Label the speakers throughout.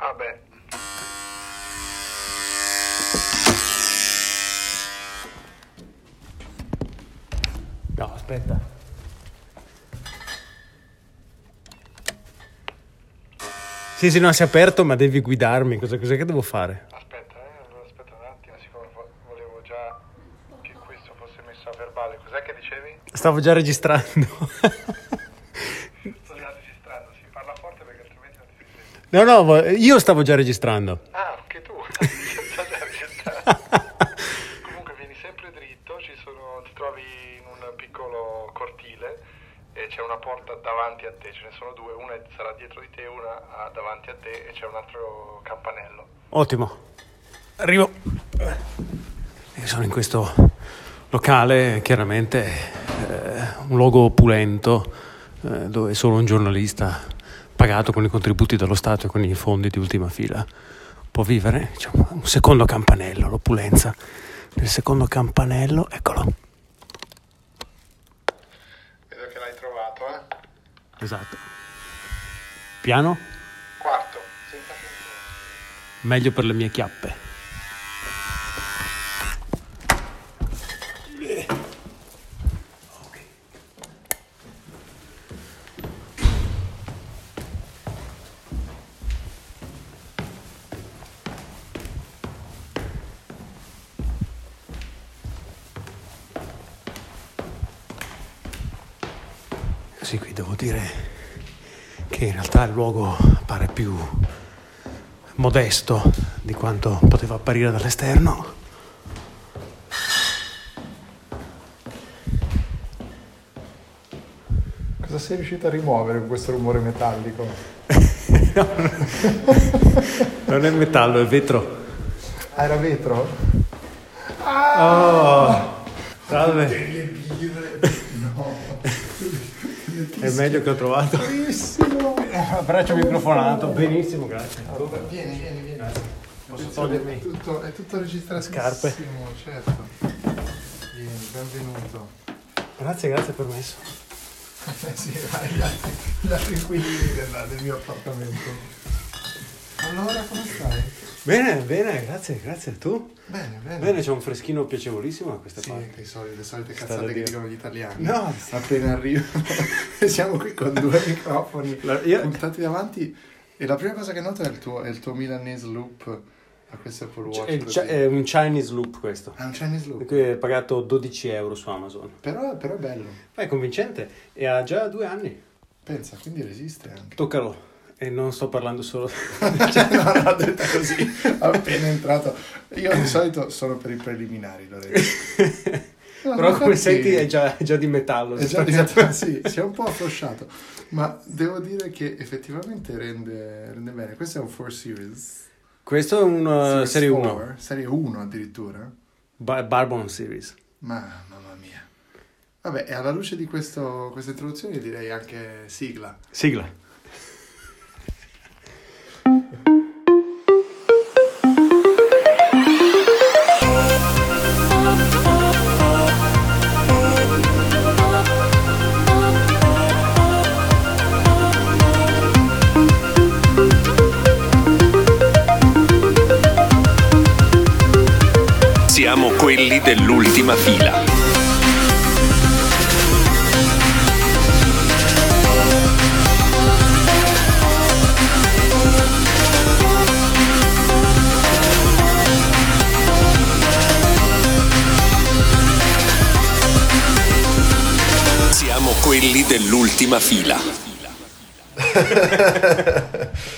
Speaker 1: vabbè.
Speaker 2: No, aspetta. Sì, sì, no, si è aperto, ma devi guidarmi. Cosa, cos'è che devo fare?
Speaker 1: Aspetta, eh, allora aspetta un attimo, siccome vo- volevo già che questo fosse messo a verbale. Cos'è che dicevi?
Speaker 2: Stavo già registrando.
Speaker 1: Sto già registrando, si parla forte perché altrimenti non ti si sente.
Speaker 2: no, no, vo- io stavo già registrando.
Speaker 1: Ah, anche tu. Sto già registrando. Comunque vieni sempre dritto, ci sono- ti trovi in un piccolo cortile e c'è una porta davanti a te, ce ne sono due, una sarà dietro di te, una ah, davanti a te e c'è un altro campanello.
Speaker 2: Ottimo. Arrivo. Io sono in questo locale, chiaramente eh, un luogo opulento, eh, dove solo un giornalista pagato con i contributi dello Stato e con i fondi di ultima fila può vivere. C'è un- un secondo campanello, l'opulenza. Nel secondo campanello, eccolo.
Speaker 1: Vedo che l'hai trovato, eh?
Speaker 2: Esatto. Piano,
Speaker 1: Quarto, senza punto.
Speaker 2: meglio per le mie chiappe. Sì, qui devo dire che in realtà il luogo pare più modesto di quanto poteva apparire dall'esterno.
Speaker 1: Cosa sei riuscito a rimuovere con questo rumore metallico?
Speaker 2: Non è metallo, è vetro.
Speaker 1: Ah, era vetro?
Speaker 2: Oh, Salve.
Speaker 1: Le birre. No.
Speaker 2: È meglio che ho trovato.
Speaker 1: Benissimo.
Speaker 2: Abbraccio microfonato. Benissimo, grazie.
Speaker 1: Allora, vieni, vieni, vieni.
Speaker 2: Posso
Speaker 1: Attenzione,
Speaker 2: togliermi?
Speaker 1: È tutto, è tutto registrato.
Speaker 2: Scarpe.
Speaker 1: certo. Vieni, benvenuto.
Speaker 2: Grazie, grazie per messo.
Speaker 1: Eh sì, vai, gli altri, gli altri inquilini del, del mio appartamento. Allora, come stai?
Speaker 2: Bene, bene, grazie, grazie. Tu?
Speaker 1: Bene, bene.
Speaker 2: Bene, c'è un freschino piacevolissimo a questa
Speaker 1: Sì,
Speaker 2: parte.
Speaker 1: le solite, le solite
Speaker 2: Sta
Speaker 1: cazzate
Speaker 2: da
Speaker 1: che
Speaker 2: Dio.
Speaker 1: dicono gli italiani.
Speaker 2: No,
Speaker 1: appena arrivo. Siamo qui con due microfoni
Speaker 2: La- io-
Speaker 1: puntati davanti. E la prima cosa che noto è il tuo, è il tuo Milanese loop a questo Apple Watch.
Speaker 2: È, Cioè, il eh,
Speaker 1: così.
Speaker 2: chi- è un Chinese loop questo.
Speaker 1: Ah, un Chinese loop.
Speaker 2: Qui è pagato 12 euro su Amazon.
Speaker 1: Però, però è bello.
Speaker 2: Ma Ah, è convincente e ha già due anni.
Speaker 1: Pensa, quindi resiste anche.
Speaker 2: Toccalo. E non sto parlando solo... Cioè,
Speaker 1: no, l'ho detto così, appena entrato. Io di solito sono per i preliminari, Lorenzo. No,
Speaker 2: Però
Speaker 1: ma
Speaker 2: come
Speaker 1: infatti-
Speaker 2: senti è già, è già di metallo.
Speaker 1: È già diventato- sì, si è un po' afflosciato, ma devo dire che effettivamente rende, rende bene. Questo è un 4 Series.
Speaker 2: Questo è un uh,
Speaker 1: Series
Speaker 2: Serie 1,
Speaker 1: 4, Serie 1 addirittura.
Speaker 2: Ba- Barbon Series.
Speaker 1: Ma mamma mia. Vabbè, e alla luce di questo- questa introduzione direi anche sigla.
Speaker 2: Sigla.
Speaker 3: Siamo quelli dell'ultima fila. Siamo quelli dell'ultima fila.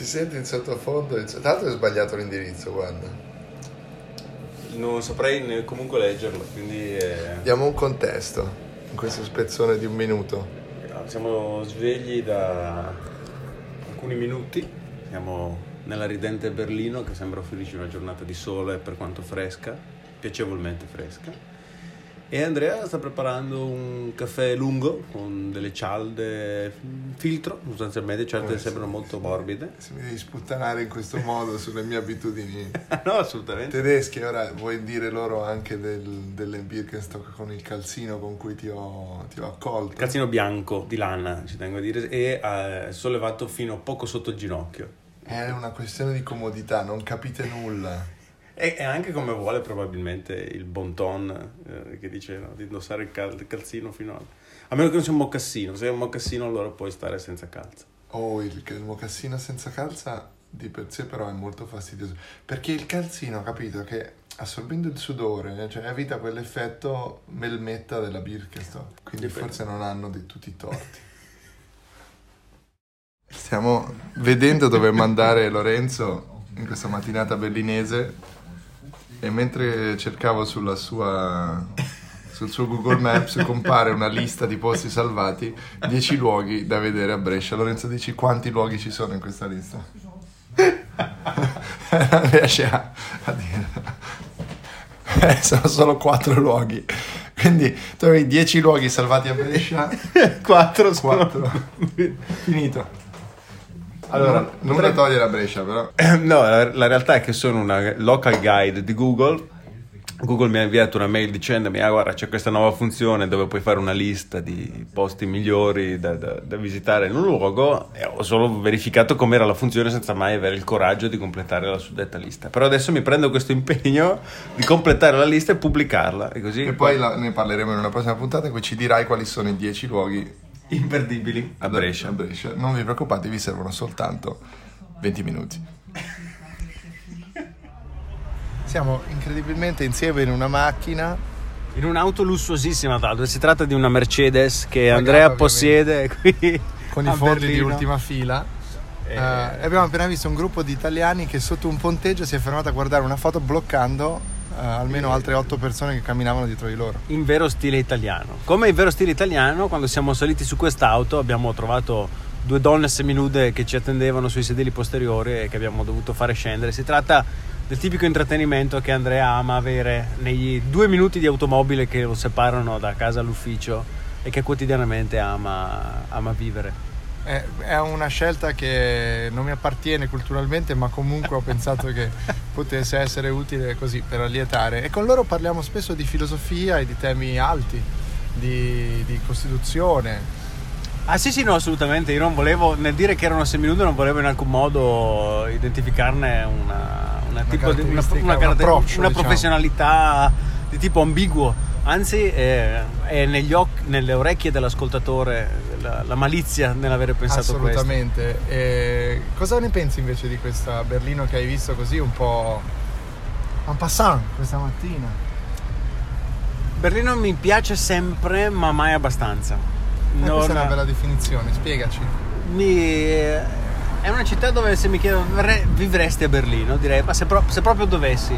Speaker 4: Si sente in sottofondo, in so- tanto è sbagliato l'indirizzo, guarda.
Speaker 5: Non saprei ne- comunque leggerlo, quindi eh,
Speaker 4: Diamo un contesto in questo spezzone di un minuto.
Speaker 5: siamo svegli da alcuni minuti, siamo nella ridente Berlino che sembra offrirci una giornata di sole per quanto fresca, piacevolmente fresca. E Andrea sta preparando un caffè lungo con delle cialde mm, filtro, sostanzialmente cialde sembrano molto morbide.
Speaker 4: Se mi devi sputtanare in questo modo sulle mie abitudini
Speaker 5: no, assolutamente.
Speaker 4: tedesche, ora vuoi dire loro anche del, delle Birkenstock con il calzino con cui ti ho, ti ho accolto?
Speaker 5: Calzino bianco di lana, ci tengo a dire, e eh, sollevato fino poco sotto il ginocchio.
Speaker 4: È una questione di comodità, non capite nulla.
Speaker 5: E, e anche come vuole probabilmente il bon ton eh, che dice no, di indossare il, cal- il calzino fino a... A meno che non sia un mocassino, se è un mocassino allora puoi stare senza calza.
Speaker 4: Oh, il, il mocassino senza calza di per sé però è molto fastidioso. Perché il calzino, capito, che assorbendo il sudore, cioè evita quell'effetto melmetta della Birkenstock. Quindi
Speaker 5: Dipende.
Speaker 4: forse non hanno di tutti i torti. Stiamo vedendo dove mandare Lorenzo in questa mattinata berlinese e mentre cercavo sulla sua- sul suo Google Maps compare una lista di posti salvati, 10 luoghi da vedere a Brescia. Lorenzo dici quanti luoghi ci sono in questa lista? non riesce a, a dire. Eh, sono solo 4 luoghi. Quindi tu avevi 10 luoghi salvati a Brescia,
Speaker 5: 4
Speaker 4: 4. Finito. Allora, non da togliere a Brescia però.
Speaker 5: No, la, la realtà è che sono una local guide di Google. Google mi ha inviato una mail dicendomi: Ah, guarda, c'è questa nuova funzione dove puoi fare una lista di posti migliori da, da- da visitare in un luogo. E ho solo verificato com'era la funzione senza mai avere il coraggio di completare la suddetta lista. Però adesso mi prendo questo impegno di completare la lista e pubblicarla. E così
Speaker 4: E poi la- ne parleremo in una prossima puntata in cui ci dirai quali sono i 10 luoghi
Speaker 5: imperdibili a
Speaker 4: da-
Speaker 5: Brescia.
Speaker 4: a Brescia. Non vi preoccupate, vi servono soltanto 20 minuti. Siamo incredibilmente insieme in una macchina
Speaker 2: In un'auto lussuosissima, tra l'altro, si tratta di una Mercedes che
Speaker 4: Pagata,
Speaker 2: Andrea
Speaker 4: ovviamente.
Speaker 2: possiede qui
Speaker 4: con
Speaker 2: a
Speaker 4: i fondi
Speaker 2: Berlino.
Speaker 4: di ultima fila. Eh, abbiamo appena visto un gruppo di italiani che sotto un ponteggio si è fermato a guardare una foto bloccando eh, almeno altre 8 persone che camminavano dietro di loro.
Speaker 2: in vero stile italiano. Come in vero stile italiano, quando siamo saliti su quest'auto abbiamo trovato due donne seminude che ci attendevano sui sedili posteriori e che abbiamo dovuto fare scendere. Si tratta del tipico intrattenimento che Andrea ama avere nei due minuti di automobile che lo separano da casa all'ufficio e che quotidianamente ama, ama vivere.
Speaker 4: È, è una scelta che non mi appartiene culturalmente, ma comunque ho pensato che potesse essere utile così per allietare. E con loro parliamo spesso di filosofia e di temi alti, di, di costituzione.
Speaker 2: Ah sì sì no assolutamente, io non volevo, nel dire che erano seminude non volevo in alcun modo identificarne una, una tipo di- una,
Speaker 4: caratteristica,
Speaker 2: una
Speaker 4: un
Speaker 2: caratter-
Speaker 4: approccio,
Speaker 2: una
Speaker 4: diciamo.
Speaker 2: professionalità di tipo ambiguo, anzi eh, è negli oc- nelle orecchie dell'ascoltatore la, la malizia nell'avere pensato questo.
Speaker 4: Assolutamente. E cosa ne pensi invece di questa Berlino che hai visto così un po' en passant questa mattina? Eh,
Speaker 2: Berlino mi piace sempre ma mai abbastanza.
Speaker 4: Eh,
Speaker 2: Non-
Speaker 4: questa è una bella definizione, spiegaci.
Speaker 2: mi- eh, è una città dove se mi chiedono "Verre- vivresti a Berlino direi ma se, pro- se proprio dovessi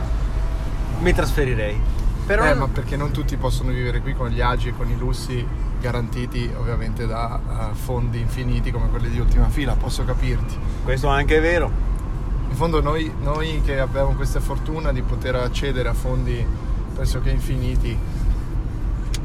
Speaker 2: mi trasferirei. Però
Speaker 4: Eh, ma perché non tutti possono vivere qui con gli agi e con i lussi garantiti ovviamente da
Speaker 1: uh,
Speaker 4: eh, fondi infiniti come quelli di ultima fila, posso capirti.
Speaker 2: Questo anche è vero.
Speaker 4: In fondo noi, noi che abbiamo questa fortuna di poter accedere a fondi pressoché infiniti,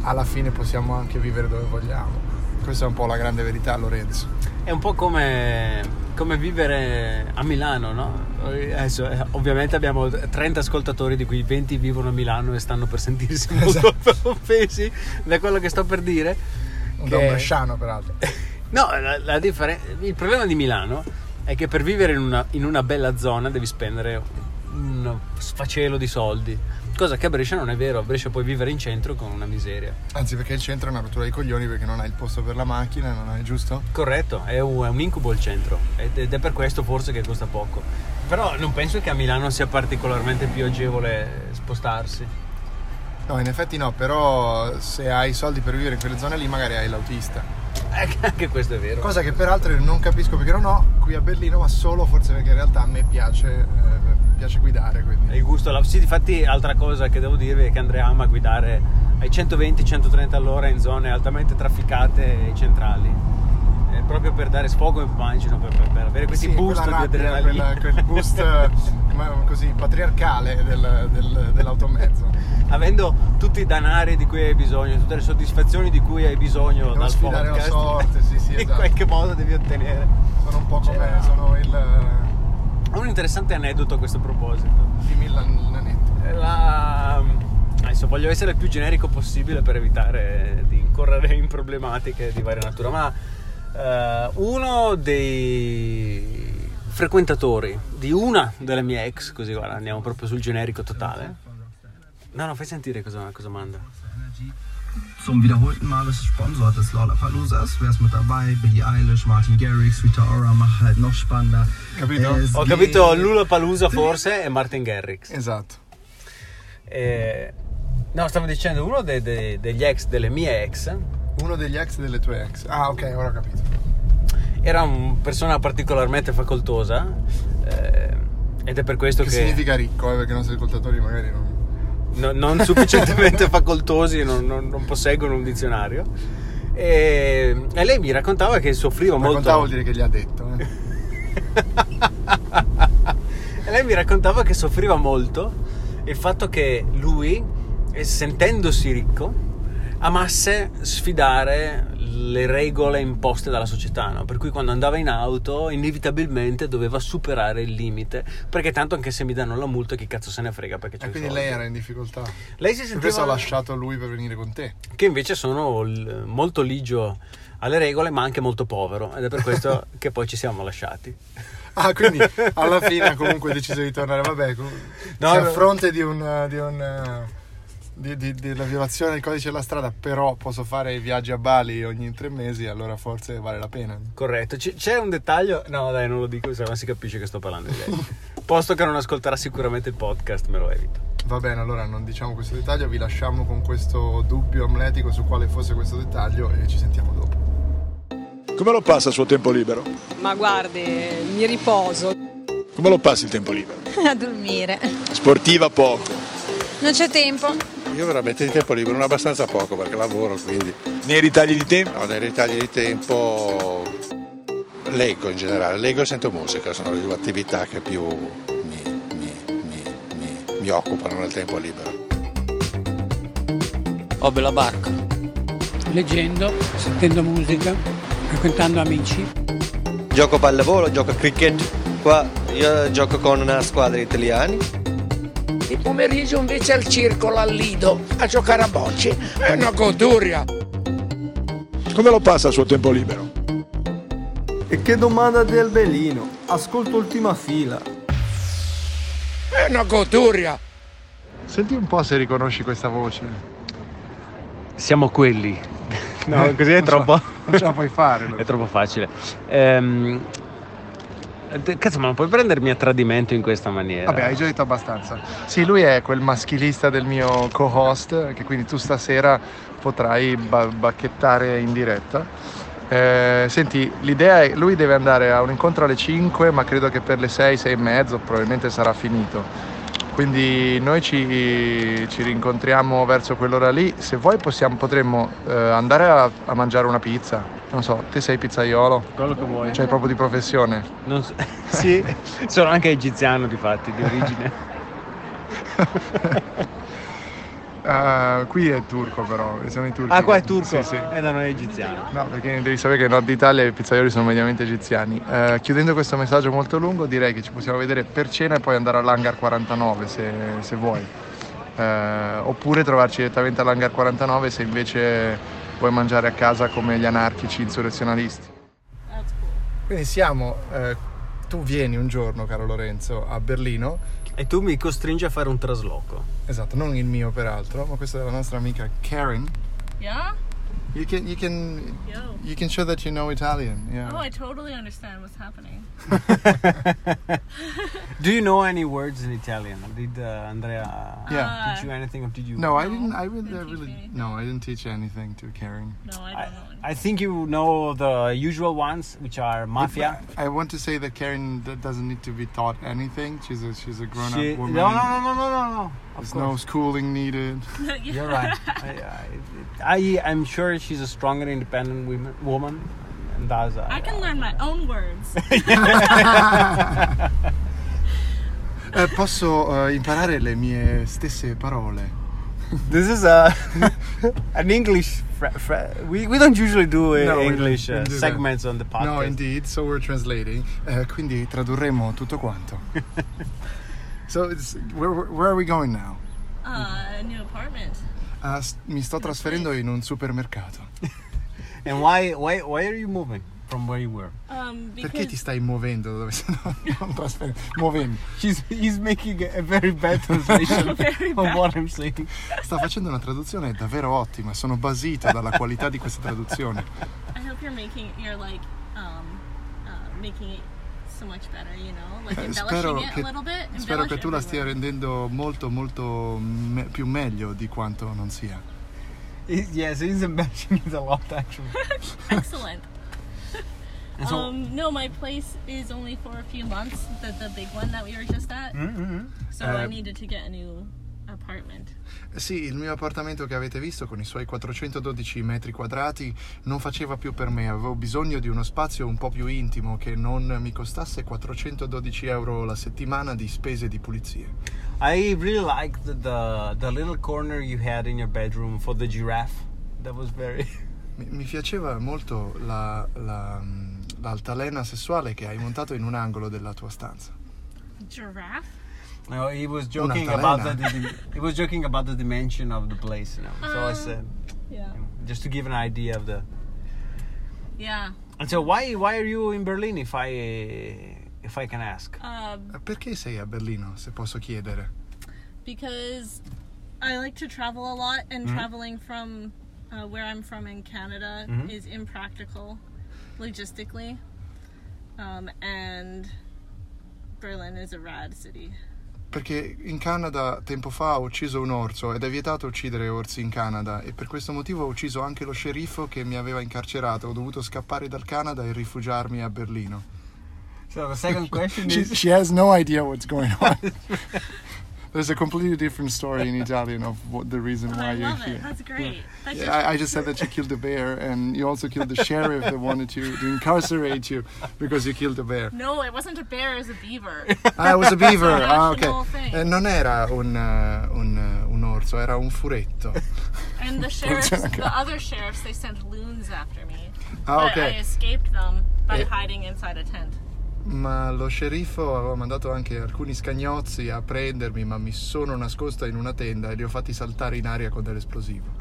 Speaker 4: alla fine possiamo anche vivere dove vogliamo. Questa è un po' la grande verità, Lorenzo.
Speaker 2: È un po' come, come vivere a Milano, no? Adesso, eh, ovviamente abbiamo 30 ascoltatori di cui 20 vivono a Milano e stanno per sentirsi molto offesi da quello che sto per dire.
Speaker 4: Un
Speaker 2: che-
Speaker 4: Da un bresciano, peraltro.
Speaker 2: No, la- la differen- il problema di Milano è che per vivere in una, in una bella zona devi spendere un sfacelo di soldi. Cosa che a Brescia non è vero, a Brescia puoi vivere in centro con una miseria.
Speaker 4: Anzi, perché il centro è una rottura di coglioni perché non hai il posto per la macchina, non hai giusto?
Speaker 2: Corretto, è un, è un incubo il centro ed ed è per questo forse che costa poco. Però non penso che a Milano sia particolarmente più agevole spostarsi.
Speaker 4: No, in effetti no, però se hai i soldi per vivere in quelle zone lì magari hai l'autista.
Speaker 2: Eh, Anche questo è vero.
Speaker 4: Cosa che peraltro io non capisco perché non ho qui a Berlino, ma solo forse perché in realtà a me piace, eh, piace guidare.
Speaker 2: È
Speaker 4: Quindi.
Speaker 2: Il gusto alla... Sì, difatti altra cosa che devo dirvi è che Andrea ama guidare ai 120-130 all'ora in zone altamente trafficate e centrali. Eh, proprio per dare sfogo, immagino, per, per- per avere Eh, questi
Speaker 4: Sì,
Speaker 2: boost
Speaker 4: quella
Speaker 2: di
Speaker 4: rabbia,
Speaker 2: adrenalina.
Speaker 4: quella- quel boost eh, ma- così patriarcale del- del- dell'automezzo.
Speaker 2: Avendo tutti i danari di cui hai bisogno, tutte le soddisfazioni di cui hai bisogno
Speaker 4: Devo
Speaker 2: dal
Speaker 4: sfidare la
Speaker 2: podcast,
Speaker 4: sorte, sì, sì,
Speaker 2: in
Speaker 4: esatto.
Speaker 2: qualche modo devi ottenere.
Speaker 4: Sono un po' come
Speaker 2: C'era-
Speaker 4: sono il
Speaker 2: Ho un interessante aneddoto a questo proposito. Eh,
Speaker 4: eh, di Milan Nanetto.
Speaker 2: La... mm, Adesso voglio essere il più generico possibile per evitare di incorrere in problematiche di varia natura, ma eh, uno dei frequentatori di una delle mie ex, così guarda, andiamo proprio sul generico totale. No, no, fai sentire cosa, cosa manda.
Speaker 6: Zum wiederholten Mal ist Sponsor des Lollapaloozas. Wer ist mit dabei? Billie Eilish, Martin Garrix, Rita Ora, macht halt noch spannender.
Speaker 7: Capito?
Speaker 6: Es
Speaker 2: Ho capito
Speaker 6: geht-
Speaker 2: Lula Palusa forse e Martin Garrix.
Speaker 7: Esatto.
Speaker 2: Eh, no, stavo dicendo uno de- de- degli ex, delle mie ex,
Speaker 7: Uno degli ex delle tue ex. Ah, ok, ora ho capito.
Speaker 2: era una persona particolarmente facoltosa eh, ed è per questo
Speaker 7: Che
Speaker 2: che,
Speaker 7: significa ricco, eh, perché i nostri ascoltatori magari non.
Speaker 2: no- non sufficientemente facoltosi non, non- non posseggono un dizionario. E, e lei mi raccontava che soffriva molto.
Speaker 7: Raccontavo vuol dire che gli ha detto. eh.
Speaker 2: E lei mi raccontava che soffriva molto il fatto che lui, eh, sentendosi ricco, amasse sfidare le regole imposte dalla società, no? per cui quando andava in auto inevitabilmente doveva superare il limite, perché tanto anche se mi danno la multa chi cazzo se ne frega perché c'è
Speaker 7: E quindi lei era in difficoltà.
Speaker 2: lei si
Speaker 7: Per
Speaker 2: sentiva
Speaker 7: questo ha lasciato lui per venire con te.
Speaker 2: che invece sono l- molto ligio alle regole ma anche molto povero ed è per questo che poi ci siamo lasciati.
Speaker 7: Ah, quindi alla fine ha comunque deciso di tornare. Vabbè, com-
Speaker 2: No,
Speaker 7: se a
Speaker 2: no.
Speaker 7: fronte di un. Di un di- di- della violazione del codice della strada, però posso fare i viaggi a Bali ogni tre mesi, allora forse vale la pena.
Speaker 2: Corretto, C- c'è un dettaglio. No, dai, non lo dico, se no si capisce che sto parlando di lei. Posto che non ascolterà sicuramente il podcast, me lo evito.
Speaker 7: Va bene, allora non diciamo questo dettaglio, vi lasciamo con questo dubbio amletico su quale fosse questo dettaglio e ci sentiamo dopo.
Speaker 8: Come lo passa il suo tempo libero?
Speaker 9: Ma guardi, mi riposo.
Speaker 8: Come lo passa il tempo libero?
Speaker 10: A dormire.
Speaker 8: Sportiva poco.
Speaker 10: Non c'è tempo.
Speaker 11: Io veramente di tempo libero, non abbastanza poco perché lavoro, quindi
Speaker 8: Nei ritagli di tempo?
Speaker 11: ho dei ritagli di tempo. Leggo in generale, leggo e sento musica, sono le due attività che più mi, mi- mi- mi- mi occupano nel tempo libero.
Speaker 4: Ho bella barca. Leggendo, sentendo musica, frequentando amici. Gioco pallavolo, gioco a cricket. Qua io gioco con una squadra italiana.
Speaker 6: Il pomeriggio invece al circolo al Lido a giocare a bocce. È una goduria.
Speaker 8: Come lo passa il suo tempo libero?
Speaker 6: E che domanda del Belino. Ascolto ultima fila. È una goduria.
Speaker 7: Senti un po' se riconosci questa voce.
Speaker 2: Siamo quelli. No, così
Speaker 7: Non ce la- non ce la puoi fare.
Speaker 2: È troppo facile. Ehm, te- Cazzo, ma non puoi prendermi a tradimento in questa maniera.
Speaker 7: Vabbè, hai già detto abbastanza. Sì, lui è quel maschilista del mio co-host, che quindi tu stasera potrai ba- bacchettare in diretta. Eh, senti, l'idea è lui deve andare a un incontro alle 5, ma credo che per le 6, 6 e mezzo probabilmente sarà finito. Quindi noi ci, ci rincontriamo verso quell'ora lì. Se vuoi possiamo, potremmo eh, andare a, a mangiare una pizza. Non so, te sei pizzaiolo?
Speaker 2: Quello che vuoi.
Speaker 7: Cioè proprio di professione.
Speaker 2: Non so- sì, sono anche egiziano di fatti, di origine.
Speaker 7: Ah, qui è turco però, siamo i turchi.
Speaker 2: Ah, qua è turco?
Speaker 7: Sì, sì.
Speaker 2: È da noi egiziano.
Speaker 7: No, perché devi sapere che in Nord Italia i pizzaioli sono mediamente egiziani. Eh, chiudendo questo messaggio molto lungo, direi che ci possiamo vedere per cena e poi andare all'Hangar 49 se, se vuoi. Eh, oppure trovarci direttamente all'Hangar 49 se invece vuoi mangiare a casa come gli anarchici insurrezionalisti. Quindi siamo, eh, tu vieni un giorno, caro Lorenzo, a Berlino.
Speaker 2: E tu mi costringi a fare un trasloco.
Speaker 7: Esatto, non il mio peraltro, ma questa è la nostra amica Karen.
Speaker 9: Yeah?
Speaker 7: You can you can
Speaker 9: Yo.
Speaker 7: you can show that you know Italian. Yeah.
Speaker 9: Oh, I totally understand what's happening.
Speaker 2: Do you know any words in Italian? Did uh, Andrea
Speaker 9: Uh-huh.
Speaker 7: Yeah.
Speaker 2: teach you anything or did you?
Speaker 7: no, I didn't. I really,
Speaker 9: Didn't
Speaker 7: I
Speaker 9: teach
Speaker 7: really.
Speaker 9: me
Speaker 7: No, I didn't teach anything to Karen.
Speaker 9: No, I don't
Speaker 2: I,
Speaker 9: know.
Speaker 2: I think you know the usual ones, which are mafia.
Speaker 7: I want to say that Karen d- doesn't need to be taught anything. She's a she's a grown
Speaker 2: She-
Speaker 7: up woman.
Speaker 2: no, no, no, no, no, no, no. Of
Speaker 7: There's no
Speaker 2: course.
Speaker 7: schooling needed.
Speaker 2: You're right. I, I, I, I'm sure she's a strong and independent women, woman. And that's, uh,
Speaker 9: I can learn my own words.
Speaker 7: Eh, posso eh, imparare le mie stesse parole.
Speaker 2: This is a, an English. Fra- fra- we, we don't usually do uh,
Speaker 7: No, we
Speaker 2: English
Speaker 7: don't
Speaker 2: uh,
Speaker 7: do that.
Speaker 2: segments on the podcast.
Speaker 7: No, indeed. So we're translating. Eh, quindi tradurremo tutto quanto. so it's, where where are we going now?
Speaker 9: Uh, a new apartment.
Speaker 7: Ah, s- mi sto trasferendo in un supermercato.
Speaker 2: And why, why, why are you moving?
Speaker 12: From where you were.
Speaker 9: Um,
Speaker 7: Perché
Speaker 9: because
Speaker 7: ti stai muovendo dove sei non trasferito? Muovendo.
Speaker 12: He's, he's making a very bad translation
Speaker 7: Very
Speaker 12: of
Speaker 7: bad.
Speaker 12: what I'm saying.
Speaker 7: Sta facendo una traduzione davvero ottima, sono basito dalla qualità di questa traduzione.
Speaker 9: I hope you're making you're like um, uh, making it so much better. You know, like
Speaker 7: Eh,
Speaker 9: embellishing
Speaker 7: spero
Speaker 9: it a
Speaker 7: che,
Speaker 9: little bit.
Speaker 7: spero che
Speaker 9: Embellish
Speaker 7: tu la
Speaker 9: everywhere.
Speaker 7: stia rendendo molto molto me- più meglio di quanto non sia.
Speaker 12: It- yes, he's embellishing it a lot actually.
Speaker 9: Excellent.
Speaker 12: And so-
Speaker 9: um, no, my place is only for a few months. The the big one that we were just at.
Speaker 7: Mm-mm.
Speaker 9: So I
Speaker 7: Uh,
Speaker 9: needed to get a new apartment.
Speaker 7: Sì, il mio appartamento che avete visto con i suoi 412 metri quadrati non faceva più per me, avevo bisogno di uno spazio un po' più intimo che non mi costasse 412 euro la settimana di spese di pulizie.
Speaker 12: I really liked the the little corner you had in your bedroom for the giraffe. That was very.
Speaker 7: Mi, mi piaceva molto la- la- mm, l'altalena sessuale che hai montato in un angolo della tua stanza.
Speaker 9: Giraffe.
Speaker 12: No, he was joking
Speaker 7: Un'altalena.
Speaker 12: about the, the he was joking about the dimension of the place, you know. So I
Speaker 9: Um,
Speaker 12: said,
Speaker 9: Yeah.
Speaker 12: just to give an idea of the.
Speaker 9: Yeah.
Speaker 12: And so why why are you in Berlin if I if I can ask?
Speaker 9: Um,
Speaker 7: Perché sei a Berlino, se posso chiedere?
Speaker 9: because I like to travel a lot, and
Speaker 7: Mhm.
Speaker 9: traveling from uh, where I'm from in Canada
Speaker 7: Mhm.
Speaker 9: is impractical logistically. Um, and Berlin is a rad city.
Speaker 7: Perché in Canada tempo fa ha ucciso un orso ed è vietato uccidere orsi in Canada e per questo motivo ho ucciso anche lo sceriffo che mi aveva incarcerato. Ho dovuto scappare dal Canada e rifugiarmi a Berlino.
Speaker 12: So the second question
Speaker 7: She-
Speaker 12: is
Speaker 7: she has no idea what's going on. There's a completely different story in Italian of what the reason why Ah, you're
Speaker 9: Oh, Love
Speaker 7: here.
Speaker 9: it. That's great. That's
Speaker 7: Yeah, I, I just said that you killed a bear and you also killed the sheriff that wanted to, to incarcerate you because you killed a bear.
Speaker 9: No, it wasn't a bear. It was a beaver.
Speaker 7: Ah, it was a beaver.
Speaker 9: It's
Speaker 7: Ah,
Speaker 9: national
Speaker 7: ok.
Speaker 9: thing.
Speaker 7: Eh, non era un, eh, un, eh, un orso, era un furetto.
Speaker 9: And the sheriffs,
Speaker 7: Funziona anche.
Speaker 9: the other sheriffs, they sent loons after me.
Speaker 7: Ah,
Speaker 9: but
Speaker 7: okay.
Speaker 9: I escaped them by
Speaker 7: Eh.
Speaker 9: hiding inside a tent.
Speaker 7: Ma lo sceriffo aveva mandato anche alcuni scagnozzi a prendermi, ma mi sono nascosta in una tenda e li ho fatti saltare in aria con dell'esplosivo.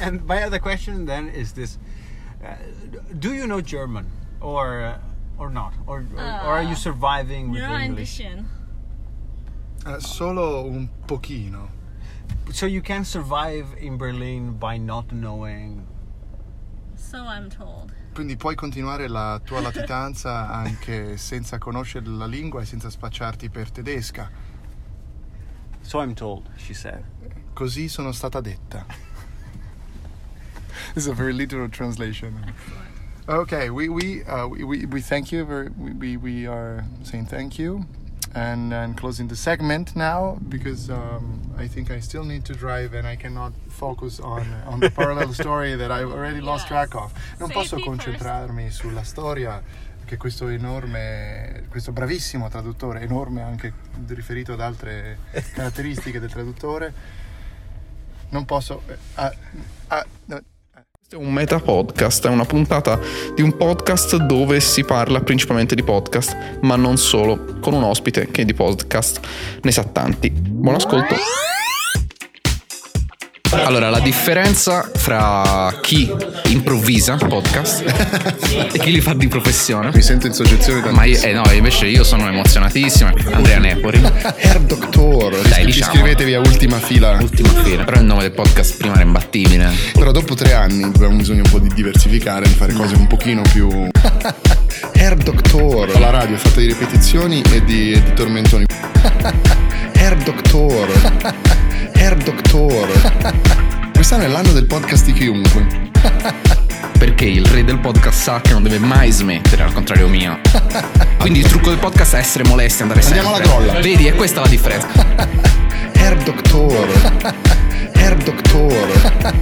Speaker 12: and my other question then is this: uh, Do you know German or uh, or not, or or, or are you
Speaker 9: Uh,
Speaker 12: surviving with
Speaker 9: You're
Speaker 12: the
Speaker 9: on
Speaker 12: English?
Speaker 9: mission.
Speaker 7: Uh, solo un pochino.
Speaker 12: So you can survive in Berlin by not knowing.
Speaker 9: So I'm told.
Speaker 7: Quindi puoi continuare la tua latitanza anche senza conoscere la lingua e senza spacciarti per tedesca.
Speaker 12: So I'm told, she said.
Speaker 7: Così sono stata detta. This is a very literal translation. Okay, we we uh, we- we we thank you. Very, we we we are saying thank you, and and closing the segment now because um, I think I still need to drive and I cannot focus on on the parallel story that I've already lost track of. Non posso concentrarmi sulla storia che questo enorme, questo bravissimo traduttore, enorme anche riferito ad altre caratteristiche del traduttore. Non posso. eh, ah, ah, no,
Speaker 6: eh. Questo è un meta podcast, è una puntata di un podcast dove si parla principalmente di podcast, ma non solo, con un ospite che di podcast ne sa tanti. Buon ascolto. Allora, la differenza fra chi improvvisa podcast e chi li fa di professione. Mi sento in soggezione Ma io, eh no, invece io sono emozionatissimo. Andrea Nepori. Air Doctor. Dai, diciamo.
Speaker 4: Iscrivetevi a Ultima Fila.
Speaker 6: Ultima fila. Però il nome del podcast prima era imbattibile.
Speaker 4: Però dopo tre anni abbiamo bisogno un po' di diversificare, di fare cose un pochino più... Air Doctor. La radio è fatta di ripetizioni e di, e di tormentoni. Air Doctor. Air Doctor. Quest'anno è l'anno del podcast di chiunque.
Speaker 6: Perché il re del podcast sa che non deve mai smettere, al contrario mio. Quindi il trucco del podcast è essere molesti, andare
Speaker 4: Andiamo
Speaker 6: sempre.
Speaker 4: alla grolla.
Speaker 6: Vedi, è questa la differenza.
Speaker 4: Air Doctor. Air Doctor.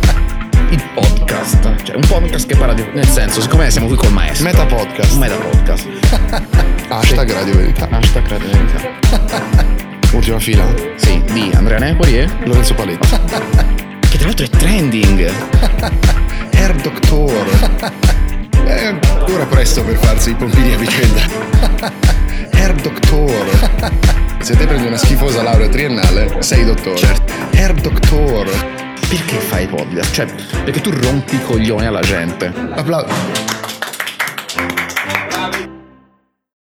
Speaker 6: Il podcast, cioè un podcast che parla di. Nel senso, siccome siamo qui col maestro. Meta podcast. Meta podcast.
Speaker 4: Hashtag Radio Verità.
Speaker 6: Hashtag Radio Verità.
Speaker 4: Ultima fila.
Speaker 6: Sì, di Andrea Nepoli e
Speaker 4: Lorenzo Paletti.
Speaker 6: Che tra l'altro è trending.
Speaker 4: Air Doctor. È ancora presto per farsi i pompini a vicenda. Air Doctor.
Speaker 6: Certo.
Speaker 4: Se te prendi una schifosa laurea triennale, sei dottore. Air Doctor.
Speaker 6: perché fai podcast? Cioè, perché tu rompi i coglioni alla gente. Applausi.